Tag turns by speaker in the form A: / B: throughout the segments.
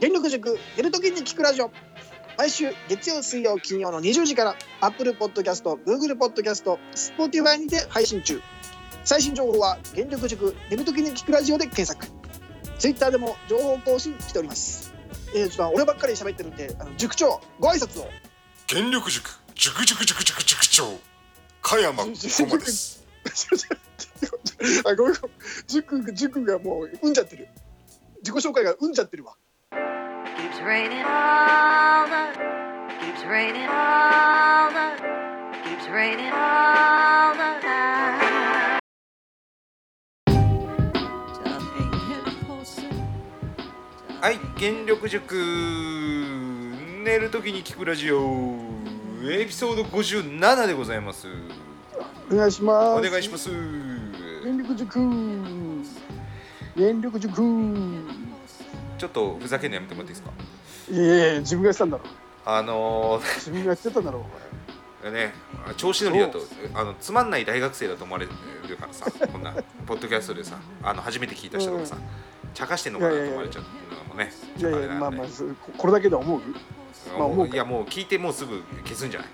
A: 電力塾寝るときに聞くラジオ毎週月曜水曜金曜の20時から Apple Podcast、Google Podcast、Spotify にて配信中最新情報は電力塾寝るときに聞くラジオで検索 Twitter でも情報更新しておりますえー、ちょっと俺ばっかり喋ってるんであの塾長ご挨 拶を
B: 原力塾塾塾塾塾塾長加山小馬です
A: あごめんごめん塾塾がもううんじゃってる自己紹介がうんじゃってるわ
C: Keeps raining all the keeps raining all the keeps raining all the time. Nothing can force
D: はい、原力塾寝るときに聞くラジオエピソード57でございます
A: お願いしま
D: お願いします
A: 電力塾電力塾
D: ちょっとふざけんのやめてもらっていいですか
A: いえいえ自分がしたんだろう
D: あの
A: 自分がしてたんだろう
D: ー、ね調子乗りだとあのつまんない大学生だと思われるからさこんなポッドキャストでさあの初めて聞いた人とかさ茶化してんのかなと思われちゃうのもね
A: いやいやまあまあそうここれだけで思うまあ思うか
D: いやもう聞いてもうすぐ消すんじゃない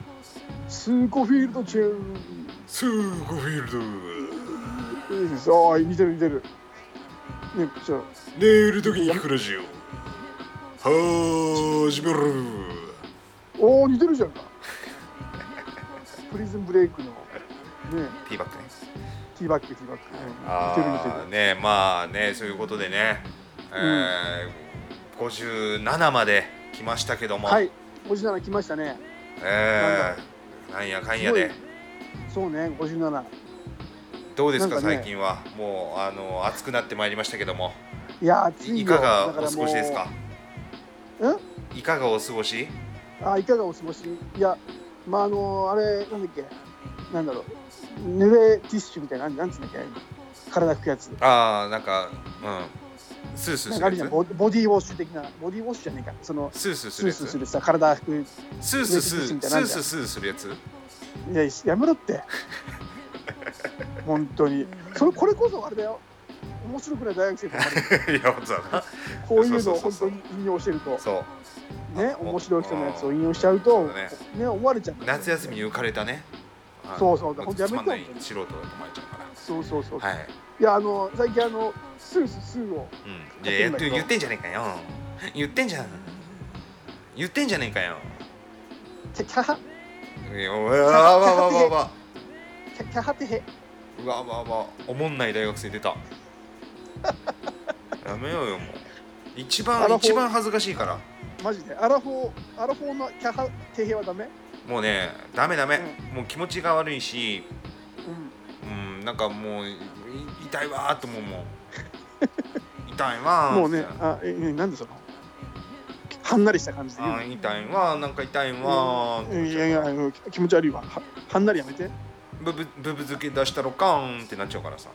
A: スーコフィールドチェ
D: すぐフィールド
A: ーンいいですああ似てる似てるねじゃ
B: 寝るときに聞くラジオ始める
A: おお似てるじゃんかプリズンブレイクのね
D: ティーバックね
A: ティーバックティーバック、うん似てる似て
D: あー
A: る
D: ねまあねそういうことでね、えー57まで来ましたけども、
A: はい57来ましたね
D: えーなんやかんやで
A: ごいそうね57
D: どうですか
A: なんかね
D: 最近はもうあの暑くなってまいりましたけども
A: いや暑いよ
D: いか
A: だらも
D: がお
A: う
D: 過ごしですか
A: うん
D: いかがお過ごし
A: あいかがお過ごしいやまああのあれなんだっけなんだろう濡れティッシュみたいななんなんつうんだっけあれ体拭くやつ
D: ああなんかうんスースー
A: なん
D: す
A: かある
D: る
A: じゃ
D: や
A: んボボディウォッシュ的なボディウォッシュじゃねえかその
D: つスースーす
A: スー
D: るや
A: ス
D: つ
A: ーするさ体拭く
D: スースース
A: スースーみ
D: ー
A: たい
D: ス
A: な
D: ースースーするやつ
A: いややめろって 本当にそれこれこそあれだよ面白くない大学生と か
D: いや本当だな
A: こういうのを
D: そう
A: 本当
D: そうそうそう
A: に引用してると
D: そう
A: ね
D: あ
A: 面白い人のやつを引用しちゃうと
D: そうだね
A: ね思われちゃうから
D: 夏休みに浮かれたねあの
A: そうそうほんとやめ
D: つ
A: て
D: まんない素人だと思われちゃうから
A: そうそうそう、
D: はい。
A: いやあの最近あのスースースーを
D: うん。いややっと言ってんじゃねえかよ。 言ってんじゃん。言ってんじゃねえかよ。
A: キャキャハ
D: いやうわわわわわわ。
A: キャキャハテヘ
D: うわわわ。おもんない大学生出た。 やめようよもう。一
A: ア
D: 番
A: ラフォー
D: 一番恥ずかしいから。
A: マジでアラフォーアラフォーのキャハテヘはダメ
D: もうねダメダメ。もう気持ちが悪いし、
A: うん
D: うんなんかもうい痛いわーと思うも ん。痛いわー。
A: もうねあええなんでそのはんなりした感じで言う
D: あー痛いわーなんか痛いわ
A: の
D: ー。
A: いやいやあの気持ち悪いわははんなりやめて
D: ブブブブ漬け出したろかーんってなっちゃうからさ。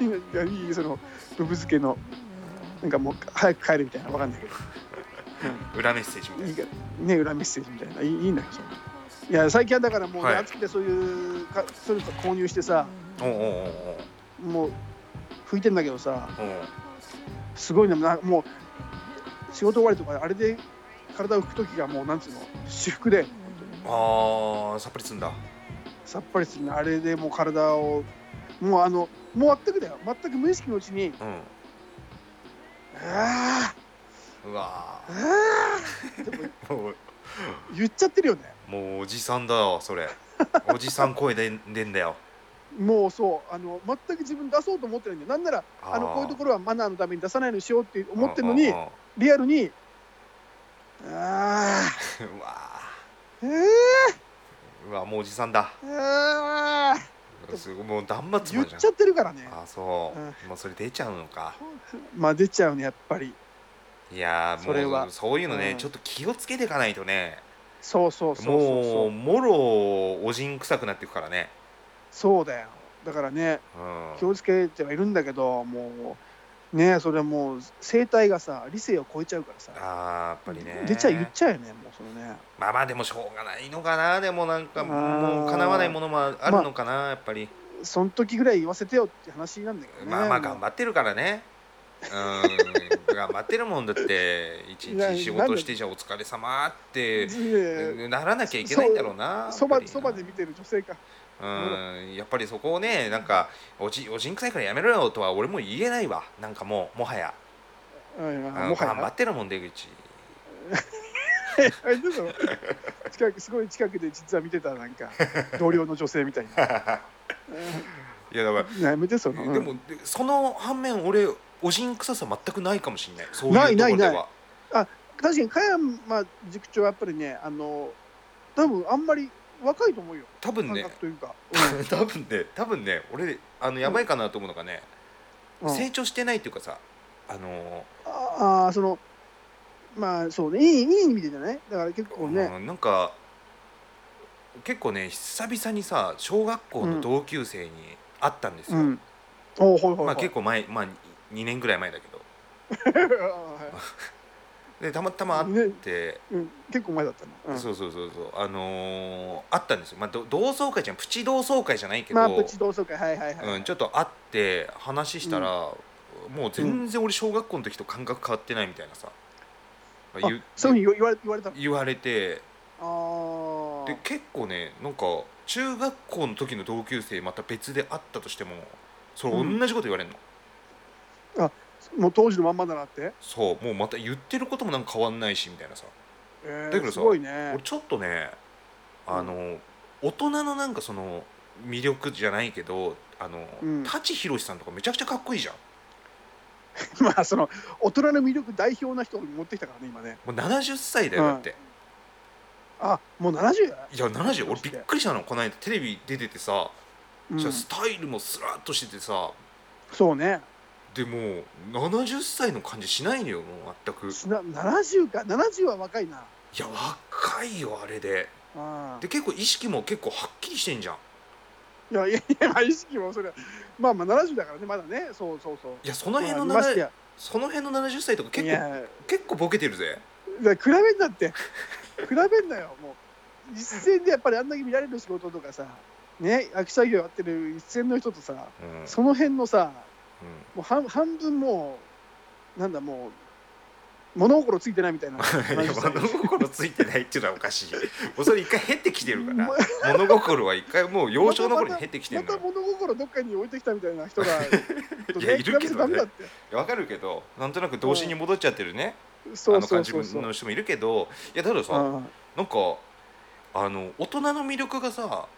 A: いやいいそのブブ漬けのなんかもう早く帰るみたいなわかんないけど
D: 裏メッセージみたいない
A: いからね裏メッセージみたいないいいいのよそのいや最近はだからもう、ね
D: はい
A: 暑くてそういうかそれと購入してさ
D: おうおうおう
A: もう拭いてんだけどさ
D: おうおう
A: すごいねなもう仕事終わりとかあれで体を拭く時がもうなんつうの私服で
D: あーさっぱりすんだ
A: さっぱりするねあれでもう体をもうあのもう全くだよ全く無意識のうちに
D: う
A: あ
D: んうわ
A: あああってもう
D: ー もう
A: 言っちゃってるよね
D: もうおじさんだわそれおじさん声で出んだよ
A: もうそうあの全く自分出そうと思ってないんだよなんなら
D: あー
A: あのこういうところはマナーのために出さないようにしようって思ってるの
D: うん
A: に
D: うんうんうわ
A: リアルにああえー
D: ーうわもうおじさんだ
A: あー
D: すごいもう断末
A: 言っ
D: 魔じゃん
A: ちゃってるからね
D: あーそう、
A: う
D: もうそれ出ちゃうのか
A: まあ出ちゃうねやっぱり
D: いやーもう
A: それは
D: そういうのね、
A: うん
D: ちょっと気をつけていかないとね
A: そうそうそうそう
D: も
A: そう
D: うもろおじん臭くなっていくからね、
A: そうだよだからね
D: うん、
A: 気をつけてはいるんだけどもうねそれはもう生態がさ理性を超えちゃうからさ
D: あーやっぱりね
A: 出ちゃう言っちゃうよねもうそのね
D: まあまあでもしょうがないのかなでもなんか
A: あー
D: もう叶わないものもあるのかな、やっぱり
A: その時ぐらい言わせてよって話なんだけどね
D: まあまあ頑張ってるからね頑張ってるもんだって一
A: な
D: 日仕事してじゃあお疲れ様って
A: ね
D: ならなきゃいけないんだろうな
A: そ
D: やっ
A: ば
D: ぱり
A: そばで見てる女性か
D: うんやっぱりそこをねなんかおじおじんくさいからやめろよとは俺も言えないわなんかもうもはや
A: うん
D: うん
A: もは
D: 頑張
A: や
D: ってるもん出口
A: あれどうなの近くすごい近くで実は見てたなん か同僚の女性みたいな
D: いやだから
A: うんやめてその、うん
D: でもでその反面俺おじん臭さ全くないかもしれないそう
A: ないいう
D: と
A: な
D: こ
A: い
D: ろでは
A: な確かに加山塾長はやっぱりねあの多分あんまり若いと思うよ
D: 多分
A: 感
D: ね
A: 覚というか、
D: 多分ね多分ね俺あのやばいかなと思うのがね、
A: うんうん
D: 成長してないっていうかさあの
A: ああそのまあそうねいいいい意味でじゃないだから結構ね、
D: うんなんか結構ね久々にさ小学校の同級生に会ったんです
A: う
D: よ、
A: ん。おーはいはいはい。
D: ま あ結構前まあ2年ぐらい前だけどでたまたま会っ
A: ね
D: て、
A: うん結構前だったな。うん
D: そうそうそうそうあのー会ったんですよ、まあ、ど同窓会じゃんプチ同窓会じゃないけど、
A: まあプチ同窓会はいはいはい。
D: うん、ちょっと会って話したら、もう全然俺小学校の時と感覚変わってないみたいなさ、
A: あ
D: 言う
A: そういうふうに言われ言われたの。
D: 言われて
A: あ
D: で結構ねなんか中学校の時の同級生また別で会ったとしてもそれ
A: うん
D: 同じこと言われるの、
A: あ。もう当時のまんまだなって。
D: そうもうまた言ってることもなんか変わんないしみたいなさ
A: え
D: だけど
A: ー、
D: さ
A: すごいね
D: 俺。ちょっとねあの、
A: う
D: 大人のなんかその魅力じゃないけどあの、
A: うん
D: 舘ひろしさんとかめちゃくちゃかっこいいじゃ ん
A: まあその大人の魅力代表な人を持ってきたからね今ね。
D: もう70歳だよだって、
A: あもう70だ。
D: いや70俺びっくりしたのこの間テレビ出ててさ、
A: うん
D: じゃあスタイルもスラッとしててさ
A: そうね。
D: でも70歳の感じしないのよもう全くい
A: しな70か70は若いな。
D: や若いよあれで
A: あ
D: で結構意識も結構はっきりしてんじゃ
A: い
D: ん
A: やいやいやまあ意識もそれはまあまあ70だからねまだねそうそうそう。
D: いやその辺の,、
A: まあましてや
D: その辺の70歳とか
A: い
D: 結構
A: や
D: 結構ボケてるぜ
A: だから比べんなって比べんなよもう一線でやっぱりあんだけ見られる仕事とかさね秋作業やってる一線の人とさ
D: うん、うん
A: その辺のさもう半半分もうなんだもう物心ついてないみたいな
D: いや物心ついてないっていうのはおかしいもうそれ一回減ってきてるか
A: ま
D: ら物心は一回もう幼少の頃に減ってきて
A: ま
D: るの
A: た
D: よ
A: 物心どっかに置いてきたみたいな 人が
D: いやいる
A: 比べ
D: けどね
A: ちゃダメだって
D: いやわかるけどなんとなく童心に戻っちゃってるねあ
A: そう
D: の
A: そう
D: 感じ
A: そうそう
D: の人もいるけどいやたださ、
A: あ
D: なんかあの大人の魅力がさ、
A: あ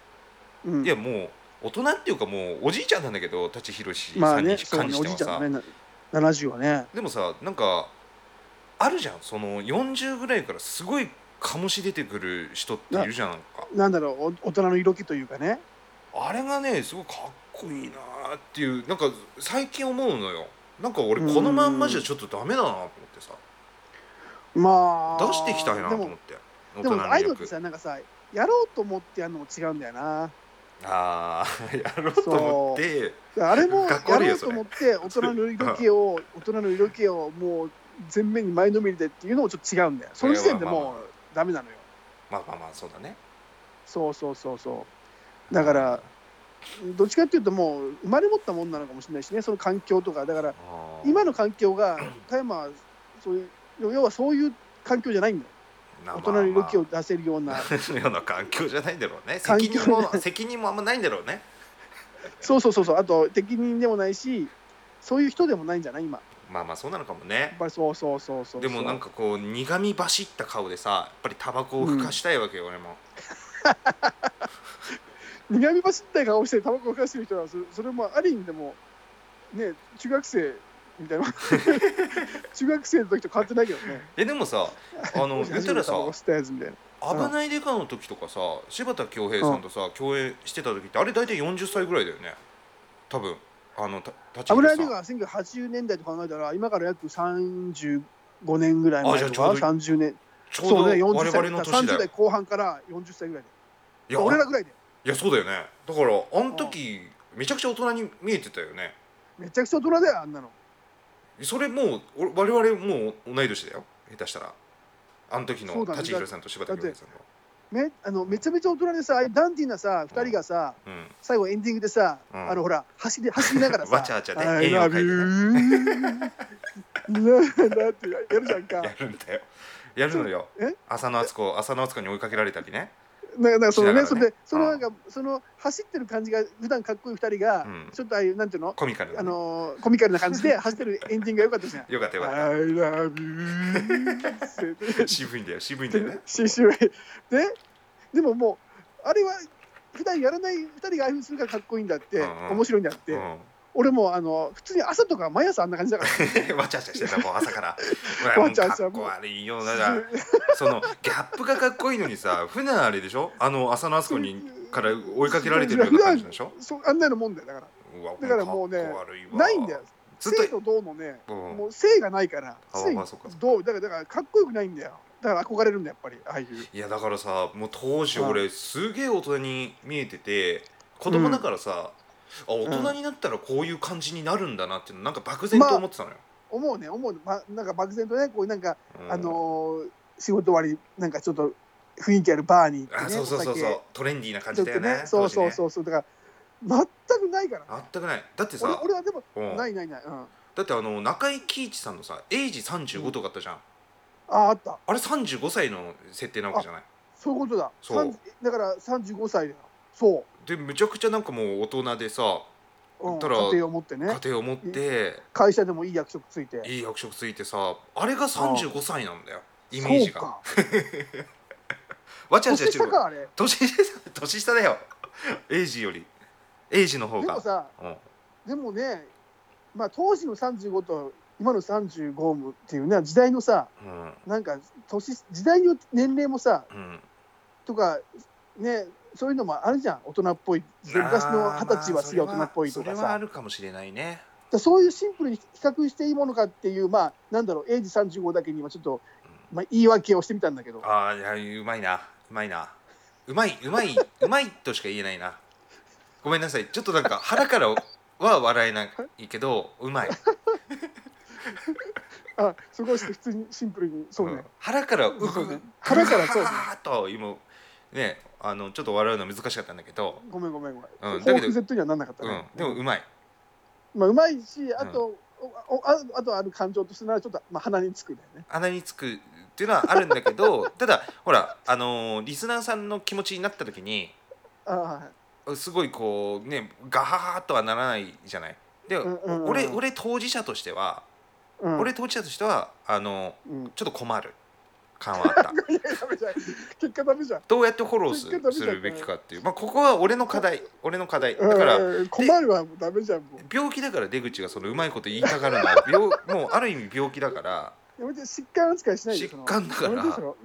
A: うん
D: いやもう大人っていうかもうおじいちゃんなんだけど舘ひろし
A: ま
D: さ
A: あ
D: んに
A: ねそう
D: 関
A: ね
D: し
A: おじい
D: ては
A: ちゃん
D: さ、
A: はねな70はね
D: でもさなんかあるじゃんその40ぐらいからすごい醸し出てくる人っているじゃんなんか
A: なんだろうお大人の色気というかね
D: あれがねすごいかっこいいなーっていうなんか最近思うのよなんか俺
A: うん
D: このまんまじゃちょっとダメだなと思ってさ
A: まあ
D: 出していきたいなと
A: で
D: 思っ
A: も
D: て大
A: で
D: 人の
A: もアイ
D: 魅
A: ドルって
D: 力
A: さなんかさやろうと思ってやるのも違うんだよな
D: ああ やろうと思って
A: あれもや
D: 学校ある
A: ろ
D: よ
A: う
D: そ
A: と
D: れ
A: 思って大人の色気を 大人の色気をもう全面に前のめりでっていうのもちょっと違うんだよその時点で
D: いやまあ
A: も
D: まあま
A: うダメなのよ
D: まあまあまあそうだね
A: そうそうそうそうだからどっちかっていうともう生まれ持ったもんなのかもしれないしねその環境とかだから
D: あー
A: 今の環境が加山はそういう要はそういう環境じゃないんだよ
D: な
A: 大人の色気を出せるような
D: まあまあそのような環境じゃないんだろうね
A: 環
D: 責
A: 境
D: 任も責任もあんまないんだろうね
A: そうそうそうそうあと適任でもないしそういう人でもないんじゃない今
D: まあまあそうなのかも
A: や
D: ね
A: っぱりそうそうそうそう
D: でもなんかこう苦み走った顔でさやっぱりタバコをふかしたいわけよ、俺も
A: 苦み走った顔してタバコをふかしてる人はそれそれもある意味でもね中学生みたいな 中学生の時と変わってないけどね
D: えでもさあの言ったらさ
A: タバコ吸ったやつみたいな
D: 「危ないデカ」の時とかさ柴田恭平さんとさ共演してた時ってあれ大体40歳ぐらいだよね多分あのた立
A: 危
D: ち
A: ない
D: さ
A: の
D: ん
A: が1980年代と考えたら今から約35年ぐらい前
D: あ
A: と
D: じゃあ
A: か
D: ちょうど
A: 30年
D: ちょう
A: そうね
D: ど
A: 40
D: 我
A: 歳
D: 々の年
A: 30
D: だ
A: 代
D: よ
A: 後半から40歳ぐらい
D: い
A: で
D: や
A: 俺ら
D: あ
A: ぐらいで
D: いやそうだよねだからあの時めちゃくちゃ大人に見えてたよね
A: めちゃくちゃ大人だよあんなの
D: それもうお我々もう同い年だよ下手したらあの時の
A: そうだね
D: 舘ひろしさんと柴田恭平さんの
A: めあのめちゃめちゃ大人でさああいうダンディーなさ2人がさ、
D: うん
A: 最後エンディングでさ、
D: うん
A: あのほら走り走りながらさ
D: わちゃわちゃね
A: あ
D: 円を描いてね
A: ラブーなん てやるじゃんか
D: やるんだよやるのよ
A: え
D: 浅野敦子浅野敦子に追いかけられたりね
A: なんかなんかそのね
D: し
A: そ
D: な
A: れ
D: がらね
A: でそのなんかその走ってる感じが普段かっこいい二人が、
D: うん
A: ちょっとああいうなんていうの
D: コミカルな
A: あのーコミカルな感じで走ってるエンディングが良かったじゃ ん。
D: よかったよかっ
A: I love you
D: た 渋いんだよ渋いんだよ ね
A: 新種類ででももうあれは普段やらない2人がああいうふうにするからかっこいいんだって、
D: うんうん
A: 面白いんだって、
D: う
A: 俺もうあの普通に朝とか毎朝あんな感じだから
D: ん わちゃわちゃしてたもう朝から
A: わちゃわちゃ
D: もうかっこ悪いよなそのギャップがかっこいいのにさ普段あれでしょあの浅野敦子にから追いかけられてるような感じでしょ
A: そうあんなのもんだよだから
D: うわ
A: だからもうね
D: かっこ悪いわ
A: ないんだよ
D: ずっと
A: 性と銅のね
D: うん
A: もう性がないから
D: あ
A: 常に
D: まあそっかそっか
A: 銅だからだからかっこよくないんだよだから憧れるんだよやっぱりああいう
D: いやだからさもう当時俺すげえ大人に見えてて子供だからさ、あ大人になったらこういう感じになるんだなっていうのなんか漠然と思ってたのよ、
A: 思うね思う、ま、なんか漠然とねこうなんか、
D: うん
A: あのー仕事終わりなんかちょっと雰囲気あるバーに行って、
D: あ
A: ね、
D: そうそうそ
A: お
D: うそう
A: 酒
D: トレンディーな感
A: ちょ
D: じ
A: っ
D: だ
A: と
D: よね
A: ねそうそうそううそうだから全くないから
D: あったくないだって
A: 俺
D: さ
A: 俺はでも
D: うん
A: ないないない、うん、あ
D: だってあの中井貴一さんのさ「エイジ35」とかあったじゃん、
A: ああった
D: あれ35歳の設定なわけじゃない
A: そういうことだ
D: そう
A: 30だから35歳だよそ
D: でむちゃくちゃなんかもう大人でさ
A: う、うん、
D: た
A: 家
D: だ
A: 庭を持ってね
D: 家庭を持って
A: 会社でもいい役職ついて
D: いい役職ついてさあれが35歳なんだよイメージ
A: そう
D: が
A: か
D: わちゃわちゃ
A: 年
D: して
A: 下
D: る
A: かあれ
D: 年下年下だよエイジよりエイジの方
A: で
D: が
A: もさ
D: うん
A: でもねまあ当時の35と今の35もっていうね時代のさ
D: うん
A: なんか年時代によって年齢もさ
D: うん
A: とかねそういうのもあるじゃん大人っぽい昔の
D: あー
A: 二十歳はすげえ大
D: まあ
A: 人っぽいとか
D: それはあ
A: さ
D: るかもしれないね
A: だそういうシンプルに比較していいものかっていうまあなんだろうエイジ35だけに今ちょっと、まあ、言い訳をしてみたんだけど
D: ああいやうまいなうまいなうまいうまいうまいとしか言えないなごめんなさいちょっとなんか腹からは笑えないけどうまい、
A: あそこはちょっと普通にシンプルにそうね、
D: ん腹からう
A: そう
D: く
A: ね腹からそうね
D: ーっと今ねあのちょっと笑うの難しかったんだけど
A: ごめんごめんごめん
D: うんだけ
A: 報
D: ど
A: 復 Z にはなんなかった
D: う
A: ね、
D: んでもうまい
A: まあ、うまいし、あと、おおああとある感情としてなら、ちょっと、まあ、鼻につくんだよね。
D: 穴につくっていうのはあるんだけど ただほらあのーリスナーさんの気持ちになった時に
A: ああ、はい
D: すごいこうねガハハとはならないじゃない。で、
A: うんうんうん
D: 俺俺当事者としては、
A: うん、
D: 俺当事者としてはあの
A: うん、
D: ちょっと困る感はあ った
A: いや、ダメじゃん。結果ダメじゃん。
D: どうやってフォロー
A: 結局ダメ
D: す
A: じゃ
D: す
A: ん
D: るべきかっていう、まあ、ここは俺の課題俺の課題だから、
A: うん、困るはダメじゃん。もう
D: 病気だから出口がそのうまいこと言いたがるのは病 もうある意味病気だから、
A: やめて、疾患扱いしないで。その
D: 疾患だから
A: やめてその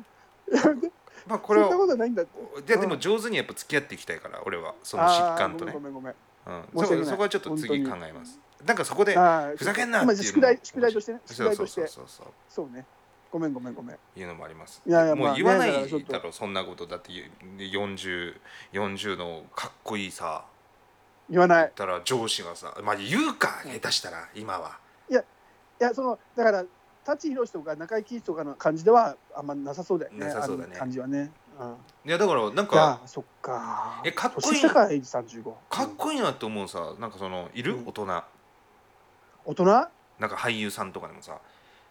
A: やめて、
D: まあ、こ
A: そ
D: れ
A: んなこ
D: は
A: とないんだって。
D: いやでも上手にやっぱ付き合っていきたいから俺はその
A: あ
D: 疾
A: あ
D: 患とね
A: ご。めんごめん
D: うん、
A: 申し訳
D: そ
A: ない
D: そこはちょっと次考
A: 本
D: えます。なんかそこで
A: ごめん。ああ
D: ふざけんなって
A: まあ
D: いうのも
A: 宿題、宿題としてね。宿
D: そう
A: 題
D: そ
A: と
D: う
A: し
D: そう
A: て。
D: そうそう
A: そうね。ごめんごめんごめん。
D: いうのもあります。
A: いやいやま
D: も
A: あ
D: う言わない
A: ねだからちょっと
D: だろそんなことだって4040のかっこいいさ
A: 言わない。
D: たら上司がさまあ言うか下手したら今は。
A: いや、その、だから、舘ひろしとか中井貴一とかの感じでは、あんまなさそうだよね。
D: なさそうだね
A: あの感じはね。うん。
D: いやだからなん
A: じゃ
D: か
A: あそっか
D: えかっこ
A: 年
D: いい
A: 下からエイジ35
D: かっこいいなって思うさなんかそのいる、
A: うん
D: 大人なん
A: 大人な
D: か俳優さんとかでもさ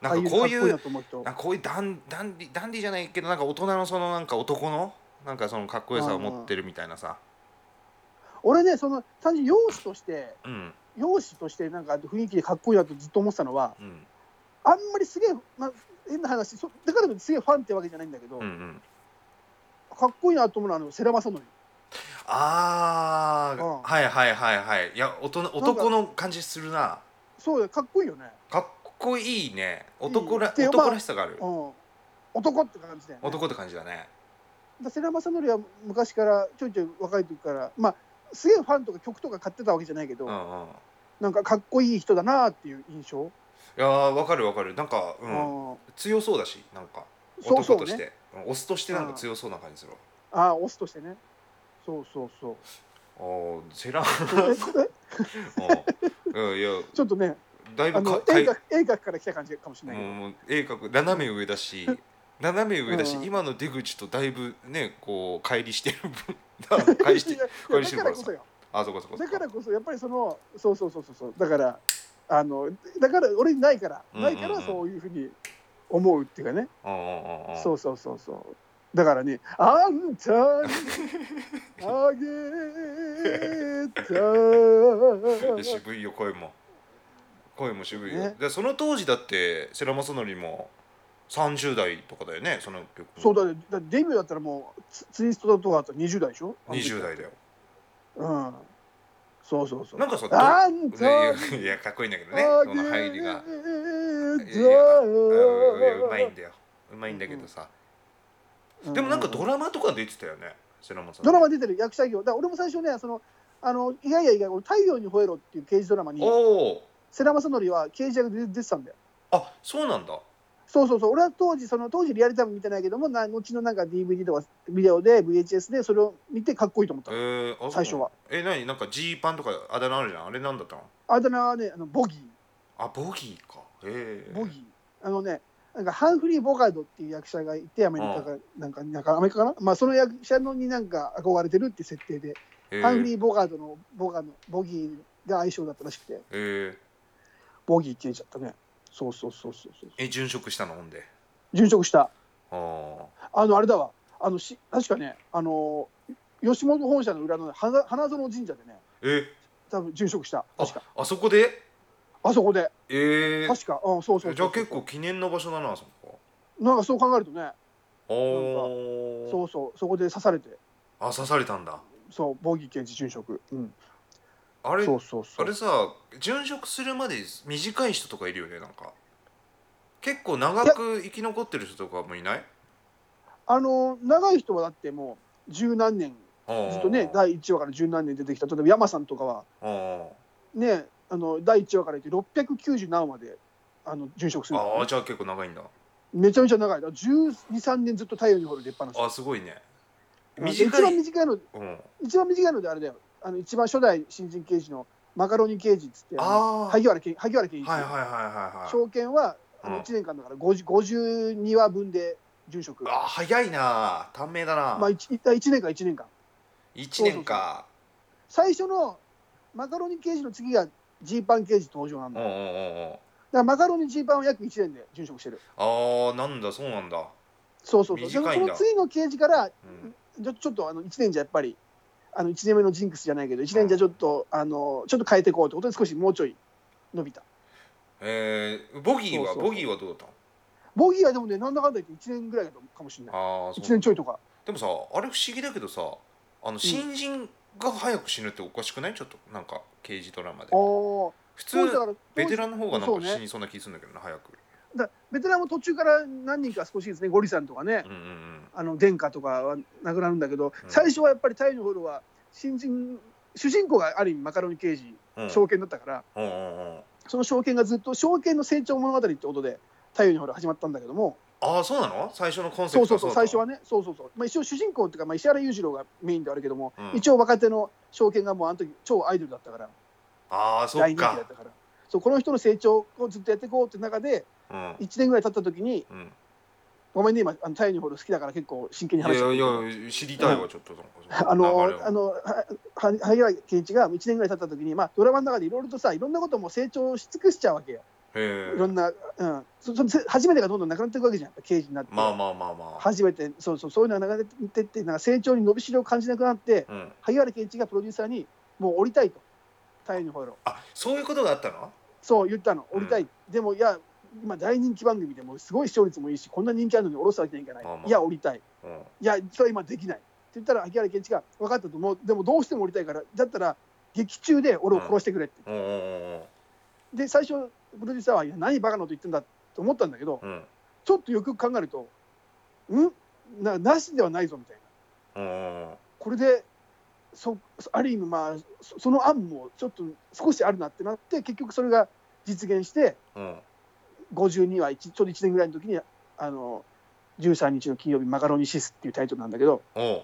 D: なんかこう
A: かっこい
D: い
A: いうなと思う人
D: なんかこういうダンダンディダンディじゃないけどなんか大人のそのなんか男のなんかそのかっこよさを持ってるみたいなさ。
A: 俺ねその単純に容姿として
D: うん
A: 容姿としてなんか雰囲気でかっこいいなとずっと思ってたのは
D: うん
A: あんまりすげえ、まあ、変な話そだからといってすげえファンってわけじゃないんだけど、
D: うんうん。
A: かっこいいなと思うのはあの世良正則
D: ああ、
A: うん
D: はいはいはいはいいや大人男の感じするな
A: そうだよかっこいいよね、
D: かっこいいね男ら
A: いいで
D: 男らしさがある、
A: うん、男って感じだよ、ね、
D: 男って感じだね
A: だ世良正則は昔からちょいちょい若い時からまあすげえファンとか曲とか買ってたわけじゃないけど、
D: うんうん
A: なんかかっこいい人だなっていう印象、
D: いやーわかるわかるなんか、
A: う
D: うん、
A: ん
D: 強そうだしなんか
A: そうそ
D: 男
A: うね
D: としてうんオスとしてなんか強そうな感じするわ
A: ああ、オスとしてね。そうそうそう。
D: あー セラ
A: ええ
D: うんうんいや
A: ちょっとね、
D: だい
A: あ
D: ぶ
A: の
D: か
A: 映
D: い
A: 画映画から来た感じかもしれないけど、
D: もう鋭角斜め上だし斜め上だし、
A: うん
D: 今の出口とだいぶねこう乖離してる分 乖離し
A: い
D: て
A: やいや
D: これして
A: だか
D: るからら
A: こ
D: さ
A: そよ。
D: あそこそこそ
A: だ
D: こ
A: からこそやっぱりそのそうそうそうそうそうだからあのだから俺にないから
D: うんうんう
A: なんいからそういうふうに思うっていうかね、
D: うんうんうん
A: そうそうそうそうだからね「あん たにあげ
D: で
A: た
D: 渋いよ声も声も渋いよ、
A: ね
D: でその当時だって世良正則も30代とかだよねその曲」も
A: そうだねだってデビューだったらもうツツイストとかだったら20代でしょ
D: 20代だよ
A: うんそうそうそう
D: なんかさど
A: あん
D: ね
A: た
D: い やいやかっこいいんだけどね
A: あ
D: そ
A: げ
D: の入りがいやいやあのいやうまいん
A: た
D: だようまいんだけどさ、
A: うん
D: でもなんかドラマとか出てたよね世良正則
A: ドラマ出てる役者業だから俺も最初ねそのあのいやいやいや俺「太陽に吠えろ」っていう刑事ドラマに
D: おお
A: 世良正則は刑事役で出てたんだよ
D: あそうなんだ
A: そうそうそう俺は当時その当時リアルタイム見てないけどもな後のなんか DVD とかビデオで VHS でそれを見てかっこいいと思っ
D: え
A: た
D: ー、あそう
A: 最初は
D: えなになんかジーパンとかあだ名あるじゃんあれなんだったの
A: あだ名はねあのボギ
D: あボギーかへえ
A: ーボギーあのねなんかハンフリー・ボガードっていう役者がいてアメリカかなんかなんかアメリカかな、まあ、その役者のになんか憧れてるって設定で、
D: へえ
A: ハンフリー・ボガードのボガのボギーが相性だったらしくて
D: へえ
A: ボギーって言っちゃったねそうそうそうそうそう
D: え殉職したのほんで
A: 殉職した
D: ああ
A: あのあれだわあのし確かねあの吉本本社の裏の花花園神社でね
D: え
A: 多分殉職した確か
D: ああそこで
A: あそこで
D: ええ
A: 確かうんそうそうそう
D: じゃあ結構記念の場所だなあそこ
A: なんかそう考えるとね
D: あー
A: そうそうそこで刺されて
D: あ刺されたんだ
A: そうボギー刑事殉職うん
D: あれ
A: そうそうそ
D: あ
A: う
D: れさ殉職するまで短い人とかいるよねなんか結構長く生き残ってる人とかもいない
A: あの長い人はだってもう十何年ず
D: ず
A: っとね第1話から十何年出てきた例えば山さんとかは
D: あー
A: ねあの第1話から言って690何話であの殉職するんだよね
D: あーじゃあ結構長いんだ
A: めちゃめちゃ長いだ123年ずっと太陽にほる出っ放し
D: あすごいね
A: うん一
D: 短
A: 番
D: い、
A: 短いの
D: うん、
A: 一番短いのであれだよあの一番初代新人刑事のマカロニ刑事っつってあの
D: あー
A: 萩原健萩原健一、
D: はいはいはいはいはい
A: 証券はあ
D: う
A: の
D: ん
A: 1年間だから50 52話分で住職
D: あー早いな短命だな、
A: まあ、1, 1年間1年間
D: 一年か
A: 最初のマカロニ刑事の次がジーパン刑事登場なん
D: う
A: だ
D: ん
A: よ
D: うんうんうん
A: だからマカロニジーパンは約1年で殉職してる
D: ああなんだそうなんだ、
A: そうそうそう
D: 短
A: そ
D: いん
A: の
D: だ
A: 次の刑事から
D: うん、
A: ちょちょっとあの1年じゃやっぱりあの1年目のジンクスじゃないけど1年じゃちょっとあのちょっと変えていこうってことで少しもうちょい伸びた
D: えー、ボギーは
A: そうそうそう
D: ボギーはどうだっ
A: ボギーはでもねなんだかんだ言って1年ぐらいだったかもしれ
D: た
A: ない
D: のああ
A: 1年ちょいとか
D: でもさあれ不思議だけどさあの新人が早く死ぬっておかしくないちょっとなんか刑事ドラマで
A: ああ
D: 普通
A: そうだから
D: ベテランの方がなん
A: そう
D: か
A: ね
D: 死にそうな気するんだけどな早く
A: だベテランも途中から何人か少しですねゴリさんとかね
D: うんうんうん
A: あの殿下とかは亡くなるんだけど、
D: うん
A: 最初はやっぱり太陽の頃は新人主人公がある意味マカロニ刑事
D: うん
A: 証券だったから、
D: うんうんうん
A: その証券がずっと証券の成長物語ってことで太陽の頃始まったんだけども
D: ああそうなの最初のコンセ
A: そ
D: プ
A: うそ
D: ト
A: うそう
D: が
A: 最初はねそうそうそう、まあ、一応主人公っていうか、まあ、石原裕次郎がメインではあるけども、
D: うん
A: 一応若手の証券がもうあの時超アイドルだったから
D: ああそ
A: 大
D: っ
A: 人気だっ
D: か
A: たからそうこの人の成長をずっとやっていこうって中で
D: うん
A: 1年ぐらい経った時に
D: うん
A: ごめんね今あの太陽の頃好きだから結構真剣
D: い
A: に
D: や
A: 話してる
D: いやいや知りたいわちょっとなんかそ
A: あの
D: 流れを
A: あのはは萩原健一が1年ぐらい経った時に、まあ、ドラマの中でいろいろとさいろんなことも成長し尽くしちゃうわけよ、
D: へ
A: いろ
D: え
A: んな、うん、そそせ初めてがどんどんなくなっていくわけじゃん刑事になって、
D: まあまあまあまあ
A: 初めてそうそうそういうのがなくなってってなんか成長に伸びしろを感じなくなって
D: うん
A: 萩原健一がプロデューサーに「もう降りたい」と「太陽に吠えろ
D: あそういうことがあったの」
A: そう言ったの降りたい、
D: う
A: でもいや今大人気番組でもすごい視聴率もいいしこんな人気あるのに降ろすわけにはいかない、
D: まあまあ
A: いや降りたい
D: うん
A: いや、それは今できない。って言ったら、秋原健一が分かったと思う。でもどうしても降りたいから、だったら、劇中で俺を殺してくれって。
D: うんうん
A: で、最初、プロデューサーは、いや、何バカなこと言ってんだと思ったんだけど、
D: うんうん
A: ちょっとよく考えると、んななしではないぞみたいな。
D: うんうんうん
A: これで、そそある意味、まあそ、その案もちょっと少しあるなってなって、結局それが実現して、
D: うん
A: 52話、一ちょうど1年ぐらいの時に、あの、13日の金曜日、マカロニシスっていうタイトルなんだけど、
D: おう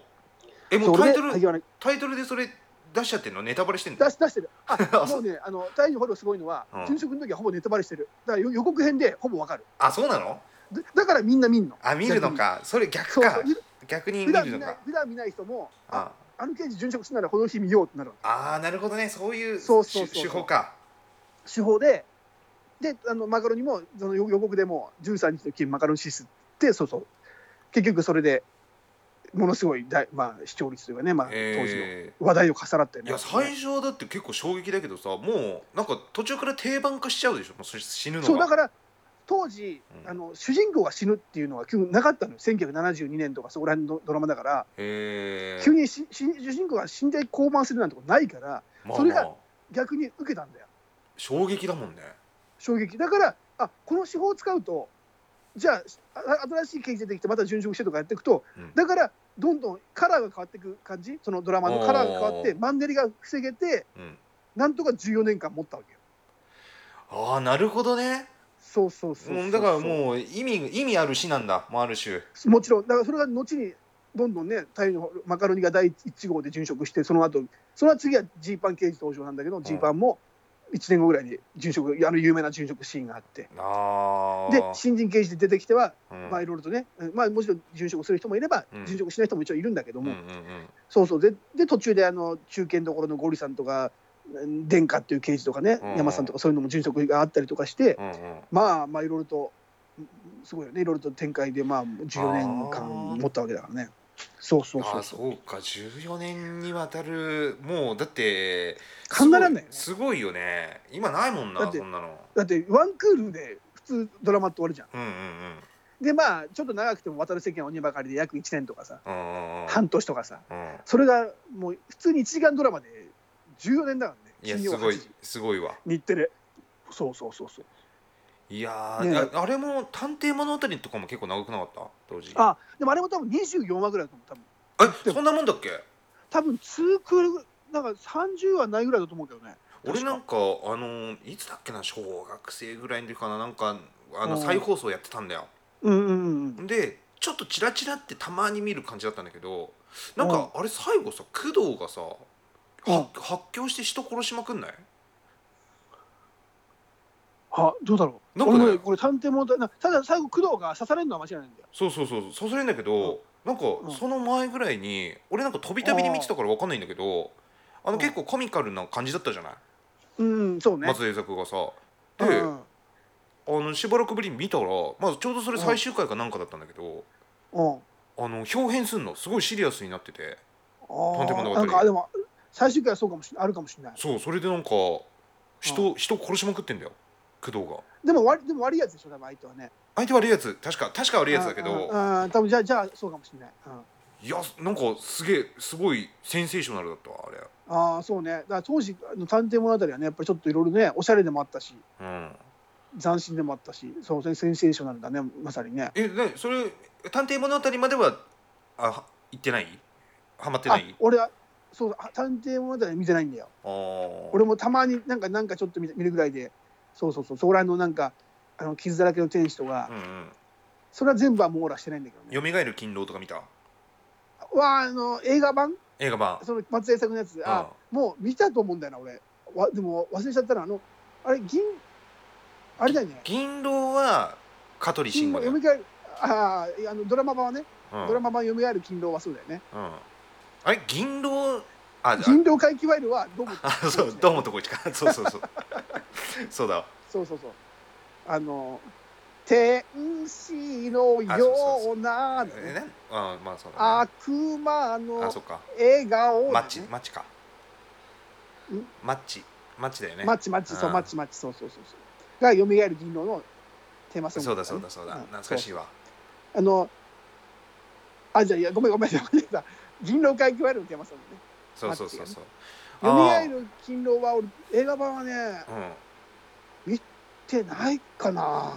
D: えも
A: そう
D: タ
A: れ
D: イ
A: で
D: トル
A: 萩原
D: タイトルでそれ出しちゃってんのネタバレしてんの
A: 出し出してる。
D: あ
A: あも
D: そう
A: ね、あの第二のフォローすごいのは、
D: うん
A: 殉職の時はほぼネタバレしてる。だからよ予告編でほぼわかる。
D: あそうなの
A: でだからみんな見んの。
D: あ見るのかそれ逆
A: そうそ
D: か
A: う。ふ
D: 逆に
A: 普
D: 見
A: 段見
D: るの
A: ない
D: か
A: 普段見ない人も、あ
D: あ
A: あの刑事殉職するならこの日見ようってなるわけ。
D: あーなるほどねそういう
A: そうそうそう
D: 手手法か
A: 手法で、であのマカロニもその予予告でも13日の金マカロニシスってそうそう結局それでものすごい大、まあ、視聴率というかね、まあ、当時の
D: え
A: 話題を重なって
D: ー
A: ね、
D: いや最初はだって結構衝撃だけどさもうなんか途中から定番化しちゃうでしょもうそ死ぬのが
A: そうだから当時、
D: うん
A: あの主人公が死ぬっていうのは急になかったのよ1972年とかそこら辺のドラマだから、
D: えー
A: 急にしし主人公が死んで降板するなんてことないから
D: まあ
A: それが
D: まあ
A: 逆に受けたんだよ
D: 衝撃だもんね
A: 衝撃だからあこの手法を使うとじゃああ新しい刑事出てきてまた殉職してとかやっていくと、
D: うん
A: だからどんどんカラーが変わっていく感じそのドラマのカラーが変わって
D: おー
A: マンネリが防げて
D: うん
A: なんとか14年間持ったわけよ
D: ああなるほどね
A: そうそうそうそう
D: うんだからもう意味意味ある詩なんだもうある種
A: もちろんだからそれが後にどんどんねタイのマカロニが第1号で殉職してその後それは次はジーパン刑事登場なんだけどジーパンも1年後ぐらいに殉職あの有名な殉職シーンがあって
D: ああ
A: で新人刑事で出てきては
D: うん
A: まあいろいろとね、まあ、もちろん殉職する人もいれば、
D: うん
A: 殉職しない人も一応いるんだけど
D: うんう
A: も、
D: んうん
A: そうそうでで途中であの中堅どころのゴリさんとかうん殿下っていう刑事とかね、
D: うん
A: 山さんとかそういうのも殉職があったりとかして、
D: うんうん
A: まあまあいろいろとうんすごいよねいろいろと展開でまあ14年間持ったわけだからねそうそう
D: あ
A: そ
D: あ
A: うそう
D: そうか14年にわたるもうだって
A: 考えらんないよね
D: すごいすごいよね今ないもん
A: だ
D: な
A: って
D: そんなの
A: だってワンクールで普通ドラマって終わるじゃん
D: うんうんうん
A: でまあちょっと長くても渡る世間は鬼ばかりで約1年とかさ
D: うんうんうん
A: 半年とかさ
D: うん
A: それがもう普通に1時間ドラマで14年だからね
D: いや
A: 金
D: す
A: 曜
D: ご
A: 8
D: い
A: 時
D: すごいわ
A: 日テレそうそうそうそう
D: いやー、
A: ねえ
D: ああれも探偵物語とかも結構長くなかった当時
A: あでもあれも多分24話ぐらいだと思う多分
D: え
A: でも
D: そんなもんだっけ
A: 多分2クールなんか30話ないぐらいだと思うけどね
D: 俺なん
A: 確
D: かあのーいつだっけな小学生ぐらいの時かななんかあの
A: うん
D: 再放送やってたんだよ
A: うんうんうん
D: でちょっとチラチラってたまに見る感じだったんだけどなんかあれ最後さ工藤がさは発狂して人殺しまくんない
A: あどうだろう
D: なんか
A: 俺
D: ね
A: もねこれ探偵もなただ最後工藤が刺されるのは間違いないんだよ
D: そうそうそうそうそれんだけどなんか
A: うん
D: その前ぐらいに俺なんか飛びたびに見てたからわかんないんだけどあ
A: う
D: の
A: ん
D: 結構コミカルな感じだったじゃない
A: うんそうね、
D: 松田優作がさで、
A: うん
D: あのしばらくぶりに見たら、まあ、ちょうどそれ最終回かなんかだったんだけど、
A: うん、
D: あの表変すんのすごいシリアスになってて
A: あ
D: 探偵物
A: ー
D: 語
A: なんかでも最終回はそうかもしれないあるかもしれない
D: そうそれでなんか人,、人殺しまくってんだよ工藤が
A: でも悪いでも悪いやつでしょ多分相手はね
D: 相手悪いやつ確か確か悪いやつだけ
A: うん
D: ど
A: うんうん多分じゃあじゃあそうかもしれない、うん、
D: いやなんかすげえすごいセンセーショナルだったわ
A: ああそうねだから当時の探偵物語はねやっぱりちょっといろいろねおしゃれでもあったし
D: あれうん
A: 斬新でもあったしそうねセンセーショナルだねまさにね
D: えねそれ探偵物語まではあは行ってないハマってな
A: あ
D: い
A: 俺はそうあ探偵物語は見てないんだよ
D: あー
A: 俺もたまになんかなんかちょっと見て見るぐらいでそうそうそうそこら辺のなんかあの傷だらけの天使とか、
D: うんうん
A: それは全部は網羅してないんだけどね
D: よみがえる勤労とか見た
A: わああの映画版
D: 映画版
A: その松江作のやつあもう見たと思うんだよな俺わでも忘れちゃったなあのあれ銀あれだよね
D: 銀狼は香取慎吾だよ、
A: 読
D: う
A: み替え
D: ん
A: るあーいやあのドラマ版はね、ドラマ版読み替える勤労はそうだよね
D: うんあれ銀狼あじゃ
A: 勤労回帰ワイルはどうも
D: ああそうどうもとこいちかそうそうそうそ うだわ
A: そうそうそうあの天使のような
D: えねあまあそうだ、ね、
A: 悪魔
D: あ
A: の
D: そっか
A: 笑顔
D: マッチ
A: ね
D: マッチか
A: ん
D: マッチマッチだよね
A: マッチマッチそう
D: うん
A: マッチマッチそうそうそうそうがよみがえる銀狼のテーマソング
D: そうだそうだそうだ、
A: ん
D: 懐かしいわ
A: あの、あ、じゃあ、いや、ごめんごめん、ごめんなさい。銀狼会議ワイルドのテーマソングね。
D: そうそうそうそう
A: よみがえ
D: あ
A: る勤労は、俺、映画版はね、
D: ーうん
A: ってないかな。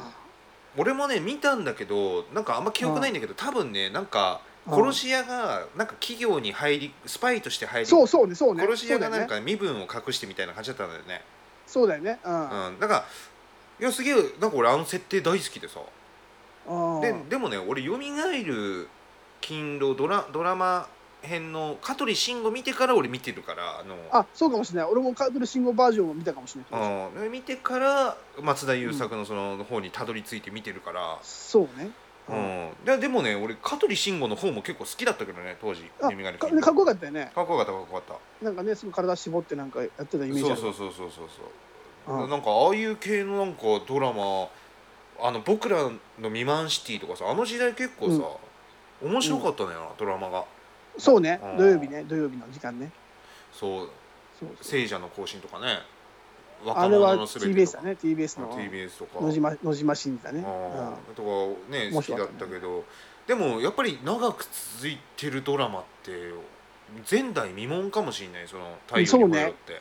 D: 俺もね見たんだけどなんかあんま記憶ないんだけど多分ねなんか殺し屋がなんか企業に入りスパイとして入り
A: そうそうね、そうね。
D: 殺し屋が
A: そうだ
D: な
A: よ
D: ん
A: ね。
D: か身分を隠してみたいな感じだったんだよね
A: そうだよね。
D: うんだからいやすげえなんか俺あの設定大好きでさ
A: うん。
D: ででもね俺よみがえる勤労ドラドラマ編の香取慎吾見てから俺見てるからあの
A: あ、そうかもしれない。俺もカーブル信号バージョンを見たかもしれない。
D: うん見てから松田優作のその方にたどり着いて見てるから、
A: そうね。
D: うんででもね俺香取慎吾の方も結構好きだったけどね当時
A: あ
D: よみがえる
A: か
D: 勤
A: ねか
D: 労
A: っこよかったよね。
D: かっこよかったかっこよかった
A: なんかね、すぐ体絞ってなんかやってたイメージ
D: そ
A: あ
D: う
A: る
D: そうそうそうそうそう
A: うん
D: なんかああいう系のなんかドラマあの僕らの「未満シティ」とかさあの時代結構さ、面白かったのよな、ドラマが
A: そうね
D: うん
A: 土曜日ね土曜日の時間ね
D: そう
A: そうそ
D: 「
A: う
D: 聖者の行進」とかね「
A: あ
D: 若
A: れ
D: 者
A: は
D: のすべて」
A: TBS
D: と
A: だ
D: か、
A: ね TBS の
D: TBS とか
A: 野島野島真司だね
D: あ
A: う
D: ーとかね
A: 面
D: 好き
A: 白かっ
D: だった
A: ね
D: たけどでもやっぱり長く続いてるドラマって前代未聞かもしれないその「太陽にほえろ」って、
A: ん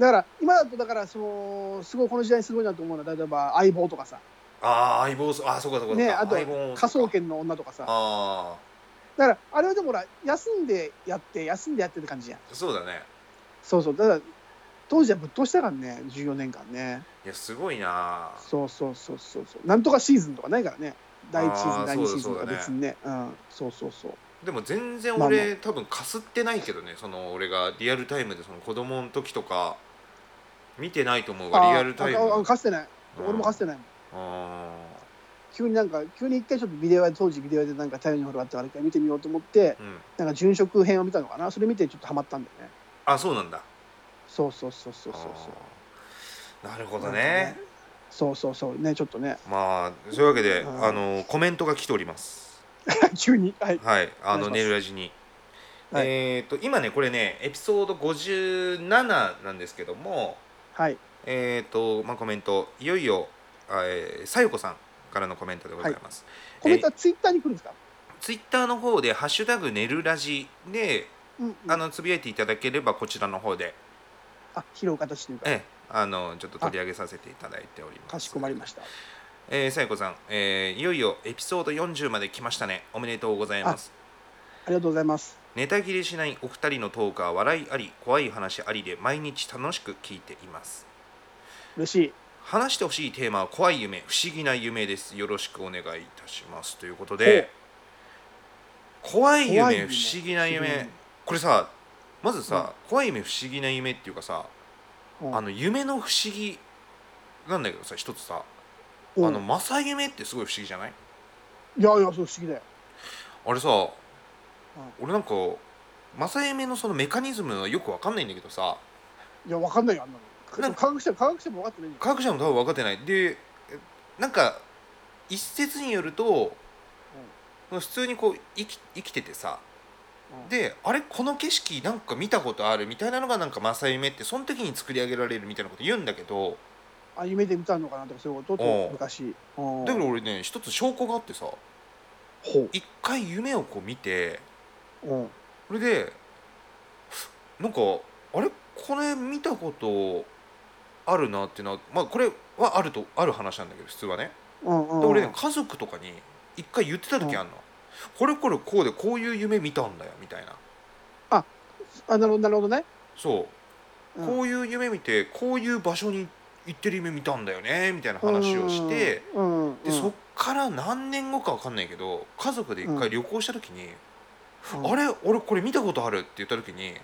A: だから今だとだからそのすごいこの時代すごいなと思うのは例えば相棒とかさ
D: ああ相棒ああそうかそうかそうか
A: ねあと
D: 相棒
A: 科捜研の女とかさ
D: あ
A: だからあれはでもほら休んでやって休んでやってる感じじゃん
D: あそうだね
A: そうそうだから当時はぶっ通したからね14年間ね
D: いやすごいな
A: そうそうそうそうそうなんとかシーズンとかないからね第1シーズ
D: あ
A: ン
D: ー
A: 第2シーズンとか
D: そうだそうだね
A: 別にねうんそうそうそう
D: でも全然
A: まあま
D: 俺多分かすってないけどねその俺がリアルタイムでその子供の時とか見てないと思うわ
A: あ
D: リアルタイム
A: ああかつてない
D: うん
A: 俺もかつてないもん
D: あ
A: 急になんか急に一回ちょっとビデオ屋当時ビデオ屋でなんか太陽にほらあったから一回見てみようと思って
D: ーうん
A: なんか殉職編を見たのかなそれ見てちょっとハマったんだよね
D: あそうなんだ
A: そうそうそうそうそう
D: あーなるほ
A: そ
D: ど
A: う
D: ね
A: そうそうそうねちょっとね
D: まあそういうわけで、
A: うん
D: あのコメントが来ております。
A: 急にはい
D: はい、あ
A: お願いしま
D: の
A: す
D: ネルラジに。
A: はい
D: えっ、と今ねこれねエピソード57なんですけども、
A: はい
D: えっ、とまあコメントいよいよあえーさよこさんからのコメントでございます。
A: コメントはツイッターに来るんですか
D: ツイッターの方でハッシュタグネルラジで
A: うんうん
D: あのつぶやいていただければこちらの方で、
A: あ拾う形というか
D: ええあのちょっと取り上げさせていただいております。
A: かしこまりました
D: えー、さやこさん、えーいよいよエピソード40まで来ましたねおめでとうございます
A: ありがとうございます
D: ネタ切れしないお二人のトークは笑いあり怖い話ありで毎日楽しく聞いています
A: 嬉しい
D: 話してほしいテーマは怖い夢不思議な夢ですよろしくお願いいたしますということで怖い夢
A: 怖い夢
D: 不思議な夢
A: 不思議な夢
D: これさまずさ、怖い夢不思議な夢っていうかさ、
A: うん
D: あの夢の不思議なんだけどさ一つさ、
A: うん
D: あの正夢ってすごい不思議じゃない
A: いやいやそう不思議だよ
D: あれさ、俺なんか正夢のそのメカニズムはよくわかんないんだけどさ
A: いやわかんないよあんな
D: なん
A: の科学者科学者も分かってないよ
D: 科学者も多分分かってないでえなんか一説によると、普通にこう生き生きててさ、
A: うん
D: であれこの景色なんか見たことあるみたいなのがなんか正夢ってその時に作り上げられるみたいなこと言うんだけど
A: あ夢で見たのかなとかそういうこと
D: お
A: と
D: う
A: 昔
D: だけど
A: ほ
D: 俺ね一つ証拠があってさ
A: う
D: 一回夢をこう見て
A: うん
D: それでなんかあれこれ見たことあるなっていうのはまあこれはあるとある話なんだけど普通はね
A: うんうん
D: で俺ね家族とかに一回言ってた時あんの、これこれこうでこういう夢見たんだよみたいな
A: あなるほどなるほどね
D: そう、
A: うん
D: こういう夢見てこういう場所に行ってる夢見たんだよねみたいな話をして、
A: うんうんうん
D: でそっから何年後か分かんないけど家族で一回旅行した時に、
A: うん
D: あれ俺これ見たことあるって言った時に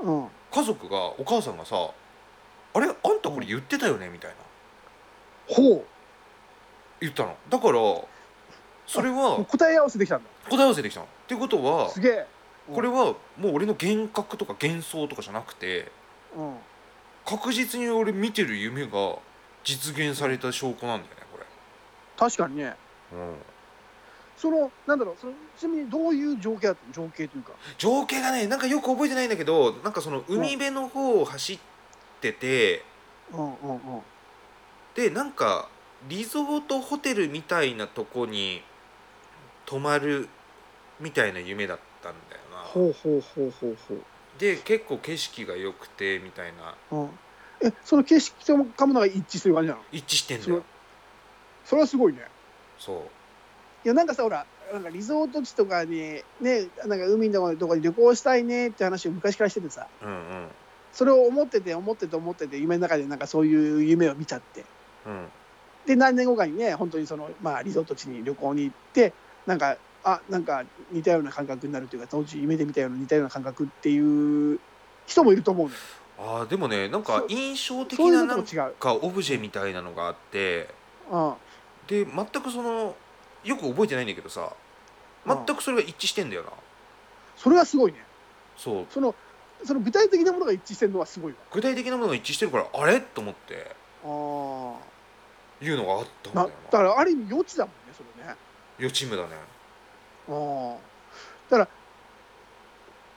A: うん
D: 家族がお母さんがさ「あれあんたこれ言ってたよね」みたいな
A: ほ
D: 言ったのだからそれ
A: うもう
D: は
A: 答え合わせできたんだ
D: 答え合わせできたのっていうことは
A: すげえうん
D: これはもう俺の幻覚とか幻想とかじゃなくて
A: うん
D: 確実に俺見てる夢が実現された証拠なんだよねこれ。
A: 確かにね
D: うん
A: そのなんだろうそのちなみにどういう情景だったの情景というか
D: 情景がねなんかよく覚えてないんだけどなんかその海辺の方を走ってて
A: うんうんうん
D: でなんかリゾートホテルみたいなとこに泊まるみたいな夢だったんだよな。
A: ほうほうほうほうほう
D: で結構景色が良くてみたいな
A: うんえその景色とかものが一致する感じなの
D: 一致してんだよ
A: それはすごいね
D: そう
A: いやなんかさほらなんかリゾート地とかにねなんか海のとこに旅行したいねって話を昔からしててさ
D: うんうん
A: それを思ってて思ってて思ってて夢の中でなんかそういう夢を見ちゃって
D: うん
A: で何年後かにね本当にそのまあリゾート地に旅行に行ってなんかあなんか似たような感覚になるというか当時夢で見たような似たような感覚っていう人もいると思うのよ
D: あーでもねなんか
A: そう
D: 印象的
A: そうい
D: な
A: う
D: な
A: の
D: ん
A: とも違う
D: かオブジェみたいなのがあって
A: うん
D: で全くそのよく覚えてないんだけどさ
A: うん
D: 全くそれが一致してんだよな
A: それはすごいね
D: そう
A: そのその具体的なものが一致してるのはすごいわ
D: 具体的なものが一致してるからあれと思って
A: あ
D: いうのがあったん
A: あ
D: だ
A: なだ
D: よな
A: からある意味余地だもんねそれね
D: 予知夢だね
A: ああだから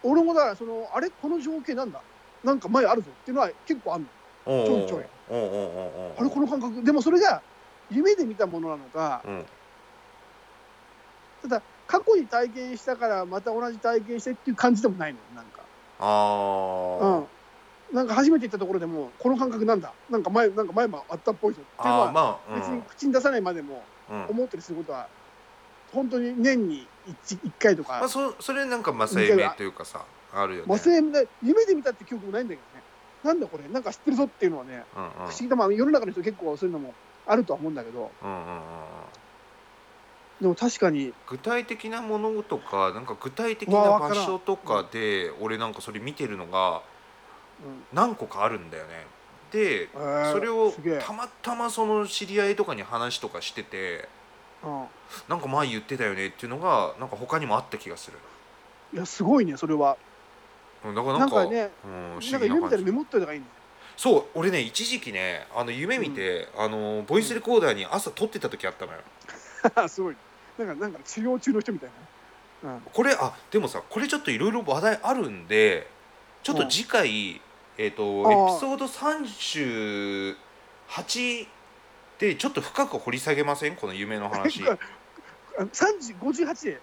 A: 俺もだからそのあれこの情景なんだなんか前あるぞっていうのは結構あんの
D: おうおう
A: ちょいちょい
D: おうおうおうおう
A: あれこの感覚でもそれが夢で見たものなのか
D: うん
A: ただ過去に体験したからまた同じ体験してっていう感じでもないのよなんか
D: あー、
A: うん、なんか初めて行ったところでもこの感覚なんだなんか前なんか前もあったっぽいぞっていうの
D: あー
A: は
D: まあ、うん
A: 別に口に出さないまでも
D: うん
A: 思ったりすることは本当に年に 1, 回と
D: まあ、
A: か
D: そそれなんかまあ生命というかさあるよね
A: 忘れない夢で見たって記憶もないんだけどねなんだこれなんか知ってるぞっていうのはね
D: うんうん
A: 不思議だまあ世の中の人結構そういうのもあるとは思うんだけど
D: うんうんうんうん
A: でも確かに
D: 具体的なものとかなんか具体的
A: う
D: な
A: わ
D: 場所とかで俺なんかそれ見てるのが
A: うん
D: 何個かあるんだよねで
A: えー
D: それを
A: すげえ
D: たまたまその知り合いとかに話とかしてて
A: うん
D: なんか前言ってたよねっていうのがなんか他にもあった気がする
A: いやすごいねそれは
D: うんだか
A: な
D: らなんんか
A: かね
D: うん不
A: な
D: 思
A: んか
D: 議
A: 夢み
D: な
A: たい
D: 感
A: に
D: じ
A: メモっといた方がいいね
D: そう俺ね一時期ねあの夢見て、あのボイスレコーダーに朝撮ってた時あったの よ
A: すごいなんかなんか治療中の人みたいな、うん、
D: これあでもさこれちょっといろいろ話題あるんでちょっと次回、えっ、と
A: ああ
D: エピソード38でちょっと深く掘り下げませんこの夢の話
A: あ3時58で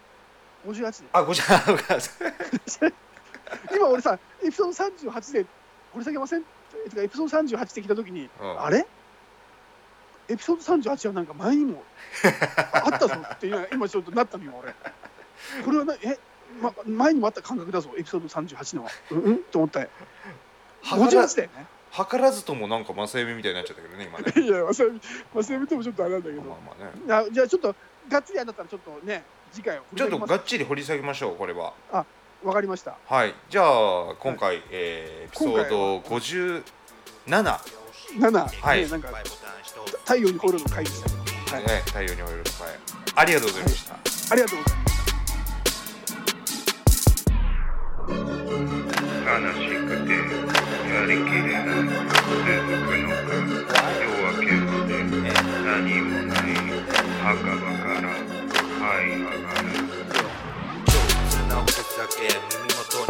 A: 58で
D: あごじゃあ
A: 今俺さ エピソード38でこれ下げませんえてかエピソード38で聞いた時に、
D: うん
A: あれエピソード38はなんか前にもあったぞっていうのが今ちょっとなったのよ俺これはなえ、ま、前にもあった感覚だぞエピソード38のはうん、うん、と思ったよ
D: はから
A: 58だよ
D: 図らずともなんか正夢みたいになっちゃったけどね今 ね
A: ねいや忘れ忘れてもちょっとあれなんだけ
D: ま
A: ど
D: あまあね
A: あじゃあちょっとがっつりあれだったらちょっとね次回を
D: ちょっとがっちり掘り下げましょうこれは
A: わかりました
D: はいじゃあ今回、えーエピソード57
A: 7、
D: はい
A: ね、なんか太陽にほえるの回でしたけど、はい
D: ね、太陽にほえるスパイありがとうございました、
A: ありがとうございます
E: 悲しくてやりきれない続くのか夜明けって何もない墓場から這い上がる
F: 上手なおかずだけ耳元に